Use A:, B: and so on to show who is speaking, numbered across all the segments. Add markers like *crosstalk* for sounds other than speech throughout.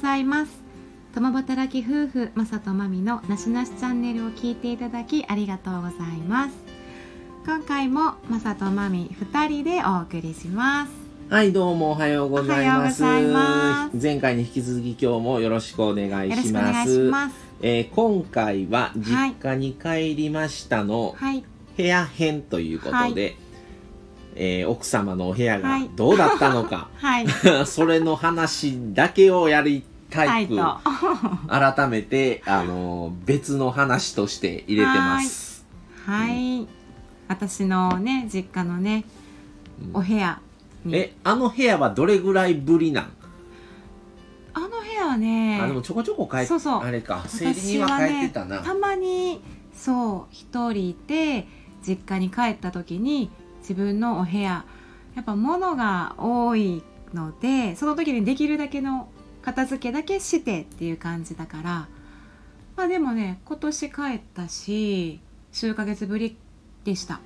A: ざいます共働き夫婦まさとまみのなしなしチャンネルを聞いていただきありがとうございます今回もまさとまみ2人でお送りします
B: はい、どうもおはようございます。
A: おはようございます
B: 前回に引き続き今日もよろしくお願い
A: よろし
B: し
A: くお
B: ま
A: 願い
B: す。
A: します
B: えー今回は実家に帰りましたの
A: はい
B: 部屋編ということで、
A: はい
B: えー奥様のお部屋
A: は
B: が
A: い
B: どうだった
A: *laughs*
B: のか、
A: はい
B: それの話だけをやり
A: は
B: た
A: い
B: い
A: と
B: く、
A: は
B: 改めて、あのー別の話として入れてます。
A: い私のね実家のね
B: う
A: お
B: ん
A: 部屋に
B: え、あの部屋はどれぐらいぶりなん
A: あの部屋はね
B: あでもちょこちょこ帰って
A: そうそう
B: あれか生理
A: 私
B: に
A: は
B: は帰っ
A: ね
B: てたな、
A: たまにそう一人いて実家に帰った時に自分のお部屋やっぱ物が多いのでその時にできるだけの片付けだけしてっていう感じだからまあでもね今年帰ったし数ヶ月ぶりでした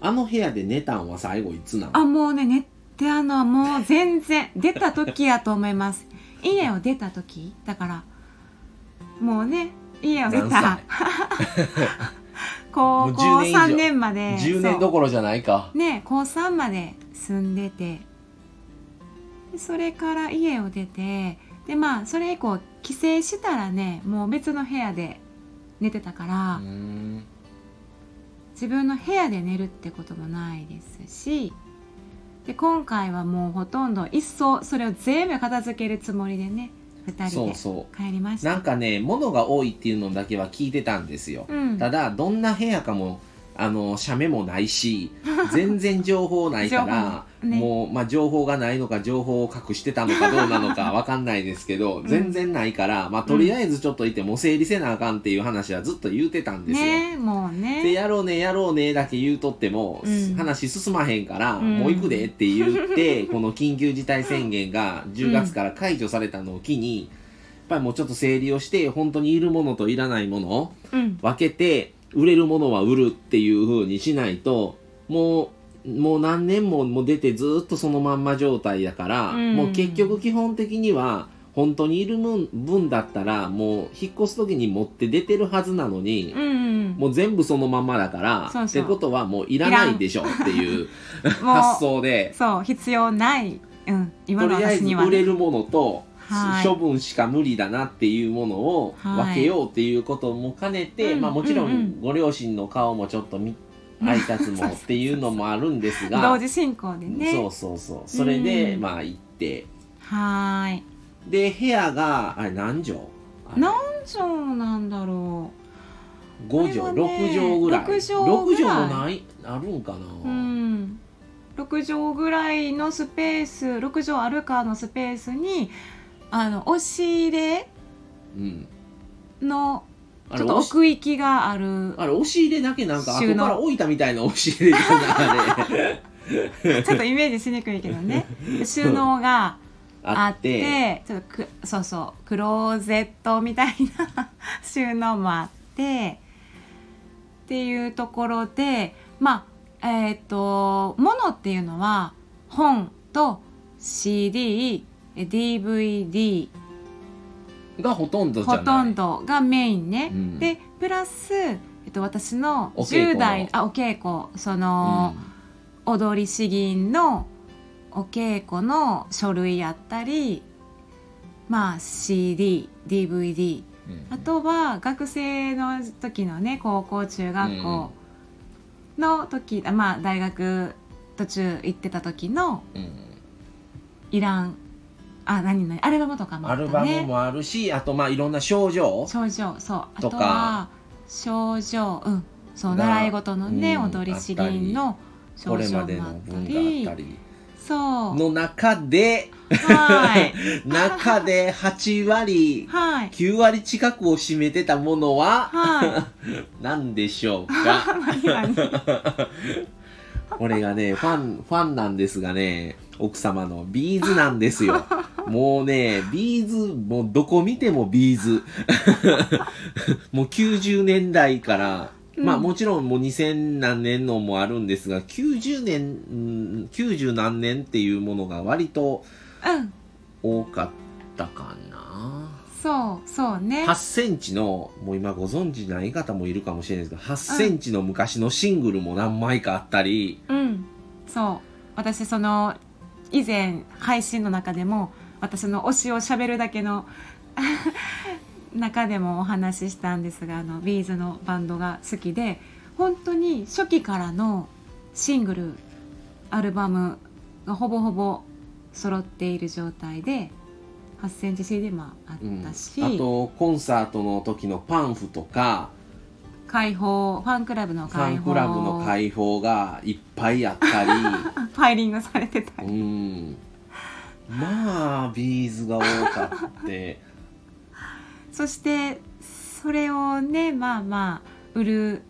B: あの部屋で寝たんは最後いつなの
A: あもうね寝てあのもう全然出た時やと思います家を出た時だからもうね家を出
B: 何
A: た
B: 歳も
A: 高
B: う
A: 校
B: 10年以上
A: 3年まで
B: 10年どころじゃないか
A: そうね高3まで住んでてでそれから家を出てでまあそれ以降帰省したらねもう別の部屋で寝てたか
B: う
A: ら、
B: ーん
A: 自分の部屋で寝るってこともないですしで今回はもうほとんど一層それを全部片付けるつもりでね2人
B: そう
A: で
B: そ
A: 帰りまし
B: う
A: た
B: なんかね物が多いっていうのだけは聞いてたんですよ、
A: うん
B: ただどんな部屋かもあの写メもない
A: *laughs*
B: し全然情報ないから
A: 情報ね
B: もう、まあ、情報がないのか情報を隠してたのかどうなの
A: *laughs*
B: かわかんないですけど、
A: ん
B: 全然ないから、まあ、とりあえずちょっといてもう整理せなあかんっていう話はずっと言うてたんですよ、
A: ねもう
B: で
A: ね
B: やろうねやろうねだけ言うとっても、
A: うん
B: 話進まへんから、
A: うん
B: もう行くでって言って
A: *laughs*
B: この緊急事態宣言が10月から解除されたのを機に、やっぱりもうちょっと整理をして本当にいるものといらないものを
A: うん
B: 分けて売れるものは売るっていう風にしないともうもう何年ももう出てずっとそのまんま状態だから、
A: うん
B: もう結局基本的には本当にいる分分だったらもう引っ越す時に持って出てるはずなのに、
A: うんうんも
B: もう全部そのままだから
A: そうそう
B: ってことはもういらないでしょっていう
A: う
B: 発想で
A: そう必要ない、うん、今
B: と
A: の
B: りあえ
A: 私
B: ず
A: には
B: 売
A: ね、
B: れるものと
A: はい
B: 処分しか無理だなっていうものを分けようっていうことも兼ねて、
A: うん
B: まあ、もちろ
A: うんうん
B: んご両親の顔もちょっと見
A: うん
B: 挨拶もっていうのもあるんです
A: *laughs*
B: が
A: 同時進行でね
B: そうそうそうそれで
A: うん
B: まあ行って
A: はーい
B: で部屋があれ何畳あれ
A: 何畳なんだろ
B: 5
A: あ
B: 畳、
A: れはね
B: 6畳ぐらい
A: 六畳
B: 六
A: ぐらい
B: 畳もないあるんかな、
A: ううん6畳ぐらいのスペース6畳あるかのスペースにあの押し入れ
B: うん
A: の
B: あ
A: ち
B: れ
A: ょっと
B: 押し
A: 奥行きがある
B: あれ、押し入れだけなんか、あ
A: 収
B: こ
A: 納
B: から置いたみたいな押し入れじゃない、あ
A: *laughs*
B: れ
A: ちょっとイメージしにくいけど
B: *laughs*
A: ね収納があ
B: あ
A: っ
B: って
A: てちょっとくそうそうクローゼットみたいな収納もあってっていうところでまあえっ、と物っていうのは本と CDDVD
B: がほとんどじゃな
A: ほ
B: い。
A: とんどがメインね、
B: うん
A: でプラス、えっと、私の
B: お稽古
A: 10代あお稽古その、踊り詩吟のお稽古の書類やったりまあ CDDVD
B: うん、うん
A: あ、とは学生の時のね高校中学校の時、あまあ大学途中行ってた時の
B: うん
A: イランあ何何アルバムとかもあ
B: ア
A: ったね
B: ルバムもあるし、あと、まあ、いろんな症状。
A: 症状そうあ
B: と
A: と
B: か
A: は症状うんそう
B: が
A: 習い事のね、
B: うん
A: 踊り詩吟の症
B: これ
A: 状
B: ま
A: も
B: で
A: あ
B: の
A: った
B: 文
A: り
B: があったり。
A: そう
B: の中で、
A: はい
B: *laughs* 中で8割、
A: はい。
B: 9割近くを占めてたものは、
A: は
B: 何でしょうか
A: い。何々
B: これ
A: *laughs*
B: がね、ファン、ファンなんですがね、奥様のビーズなんで
A: *laughs*
B: すよ。もうね、ビーズ、もうどこ見てもビーズ。 *laughs* もう90年代から、
A: うん
B: まあもちろんもう2000何年のもあるんですが、90年、うん90何年っていうものが割と
A: うん。
B: 多かっったかな
A: そうそうね
B: 8センチのもう今ご存知ない方もいるかもしれないですけど8センチの昔のシングルも何枚かあったり、
A: うんそう私その以前配信の中でも私の推しをしゃべるだけの *laughs* 中でもお話ししたんですがあのビーズのバンドが好きで本当に初期からのシングルアルバムがほぼほぼ揃っている状態で8センチ CD もあっ
B: うん、
A: た
B: あ
A: し、
B: とコンサートの時のパンフとか
A: 解放ファンクラブの
B: ファ
A: 解
B: ン
A: 放
B: クラブの開放がいっぱいあったり
A: ファイリングされてたり
B: *laughs* うんまあビーズが多か
A: *laughs*
B: って
A: そしてそれをねまあまあ売る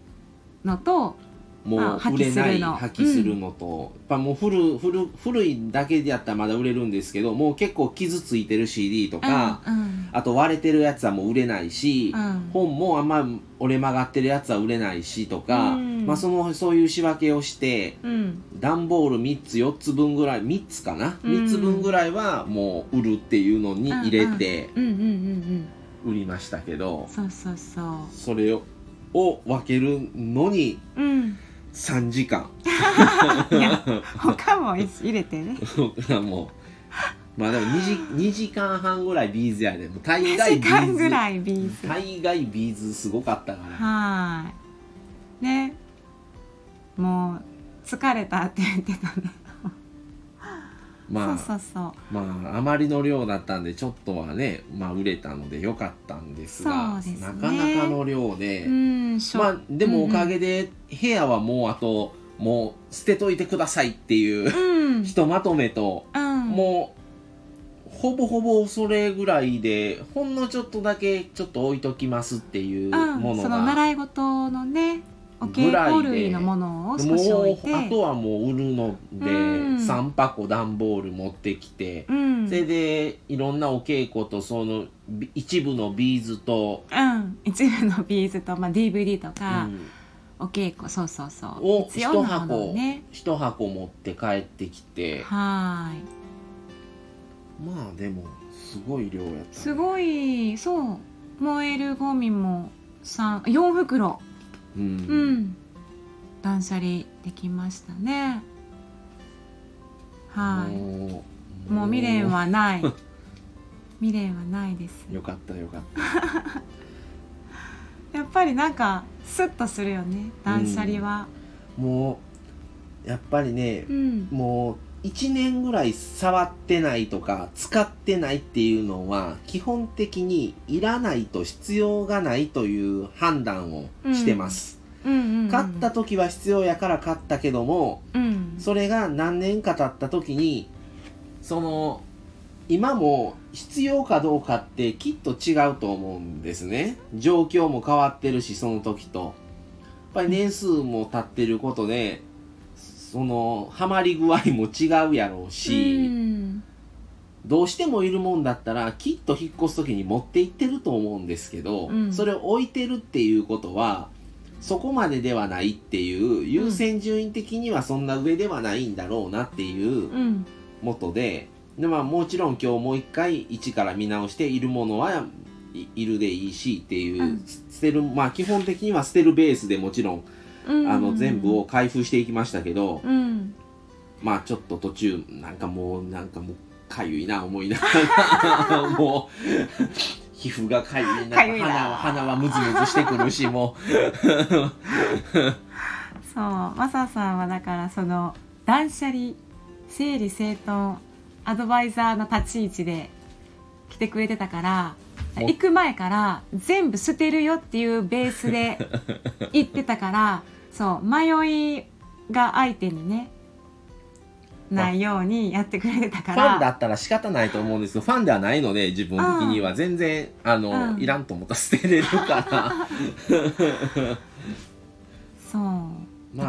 A: のとま
B: も
A: あ
B: う売れない破
A: 破
B: 棄
A: 棄す
B: す
A: る
B: るのと、やっぱもう古古古いだけでやったらまだ売れるんですけどもう結構傷ついてる CD とか、
A: うん
B: あと割れてるやつはもう売れないし、
A: うん
B: 本もあんま折れ曲がってるやつは売れないしとか、
A: うん
B: まあ、そのそういう仕分けをして
A: うん
B: 段ボール3つ4つ分ぐらい3つかな、
A: うん
B: 3つ分ぐらいはもう売るっていうのに入れて
A: うんうんうんうん
B: 売りましたけど、
A: そうそうそ
B: それをを分けるのに
A: ううん
B: 3時間
A: いや他も入れてね
B: もうまあでも 2, 時2時間半ぐらいビーズやでもう大
A: 2
B: 概
A: 時
B: ビー
A: 間
B: ズ
A: ぐらいビーズ
B: 大概ビーズすごかったから
A: はいねもう疲れたって言ってたね
B: ま
A: そ
B: あ
A: うそうそう
B: まああまりの量だったんでちょっとはね、まあ、売れたので良かったんですが
A: そうですね
B: なかなかの量で、
A: うんしょ
B: まあでもおか
A: で
B: げで部屋はもうあともう捨てといてくださいっていう
A: うん
B: ひとまとめと、
A: うん
B: もうほぼほぼそれぐらいでほんのちょっとだけちょっと置いときますっていう
A: うん
B: もの
A: そ
B: が、
A: の習い事のねお稽
B: ぐらい
A: 古
B: で
A: 類のものを
B: も
A: 少し置いうて
B: あとはもう売るので
A: うん
B: 3箱段ボール持ってきて。
A: うん
B: それでいろんなお稽古とそのび一部のビーズと、
A: うん、一部のビーズと、まあ、DVD と
B: う
A: か、
B: ん
A: お稽古そうそうそう
B: を
A: 必要なものをね
B: 一箱持って帰ってきて
A: はーい
B: まあでもすごい量やった
A: すごいそう燃えるゴミも三4袋
B: う、
A: うんん断捨離できましたねはい
B: もう
A: もう未練はない未練はないです
B: よかったよかっ
A: やっぱりなんかスッとするよね断捨離は
B: たもうやっぱりね
A: う、ん、
B: もう1年ぐらい触ってないとか使ってないっていうのは基本的にいらないと必要がないという判断をしてま
A: うんうんう
B: す、
A: ん
B: 買った時は必要やから買ったけども
A: うん
B: それが何年か経った時にその今も必要かどうかってきっと違うと思うんですね状況も変わってるしその時とやっぱり年数も経ってることでそのハマり具合も違うやろう
A: う
B: し、
A: ん
B: どうしてもいるもんだったらきっと引っ越す時に持って行ってると思うんですけど、
A: うん
B: それを置いてるっていうことはそこまでではないっていう優先順位的にはそんな上ではないんだろうなっていう
A: うん
B: 元でで、まあ、もちろん今日もう一回一から見直しているものはいいるでいいしっていう、
A: うん
B: 捨てるまあ基本的には捨てるベースでもちろん
A: うん
B: あの全部を開封していきましたけど、
A: うん
B: まあちょっと途中なんかもうなんかもうかゆいな思いなが
A: *laughs*
B: らもう皮膚がかゆいな
A: かゆいな
B: 鼻は鼻はムズムズしてくるしも
A: そうマサさんはだからその断捨離整理整頓アドバイザーの立ち位置で来てくれてたから
B: お
A: 行く前から全部捨てるよっていうベースで行ってた
B: *laughs*
A: からそう迷いが相手にねないようにやってくれてた
B: う
A: か
B: ファンだ
A: ら
B: ったら仕方ないと思うんですけどファンではないので自分的には全然あの、
A: うん
B: いらんと思ったら捨てれ
A: *laughs*
B: るから
A: そう
B: まあ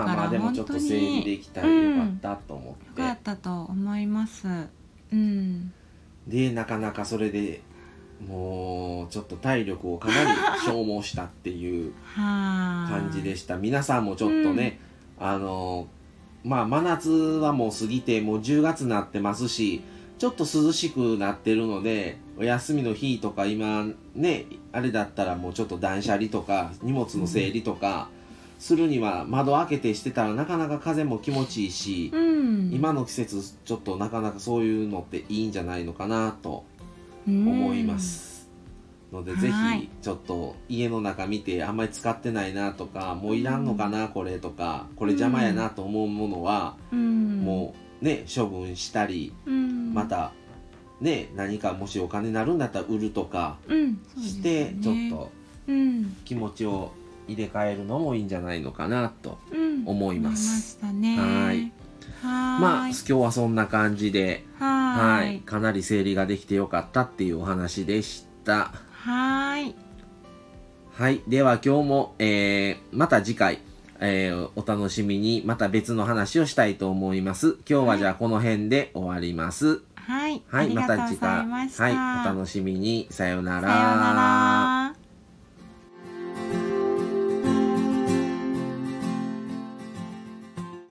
B: まあでもちょっと整理できたらよかったと思っ
A: よ
B: て、
A: かったと思いますうん
B: でなかなかそれでもうちょっと体力をかなり消耗したっていう
A: はい
B: 感じでした皆さんもちょっとね、あのまあ真夏はもう過ぎてもう10月になってますしちょっと涼しくなってるのでお休みの日とか今ねあれだったらもうちょっと断捨離とか荷物の整理とかするには窓開けてしてたらなかなか風も気持ちいいし、
A: うん、
B: 今の季節ちょっとなかなかそういうのっていいんじゃないのかなと
A: 思
B: 思います、ので
A: はい
B: ぜひちょっと家の中見てあんまり使ってないなとかもういらんのかなこれとかこれ邪魔やなと思うものは
A: うん、
B: もうね処分したり
A: う、ん、
B: ま、たね何かもしお金になるんだったら売るとか
A: うん、そうです
B: してちょっ
A: ね、
B: と
A: うん、
B: 気持ちを入れ替えるのもいいんじゃないのかなと
A: うん、
B: 思います。
A: 思いましたね。
B: はい。
A: はーい。
B: まあ今日はそんな感じで
A: は
B: は
A: ー
B: い
A: い。
B: かなり整理ができてよかったっていうお話でした。
A: はーい。
B: はい。では今日も、えー、また次回、えー、お楽しみに、また別の話をしたいと思います。今日はじゃあこの辺で終わります。
A: はい。
B: はい。
A: あり
B: ま
A: がとうご
B: た次
A: ざい
B: 回。
A: ました。
B: はい。お楽しみに。さよう
A: さよ
B: な
A: うなら。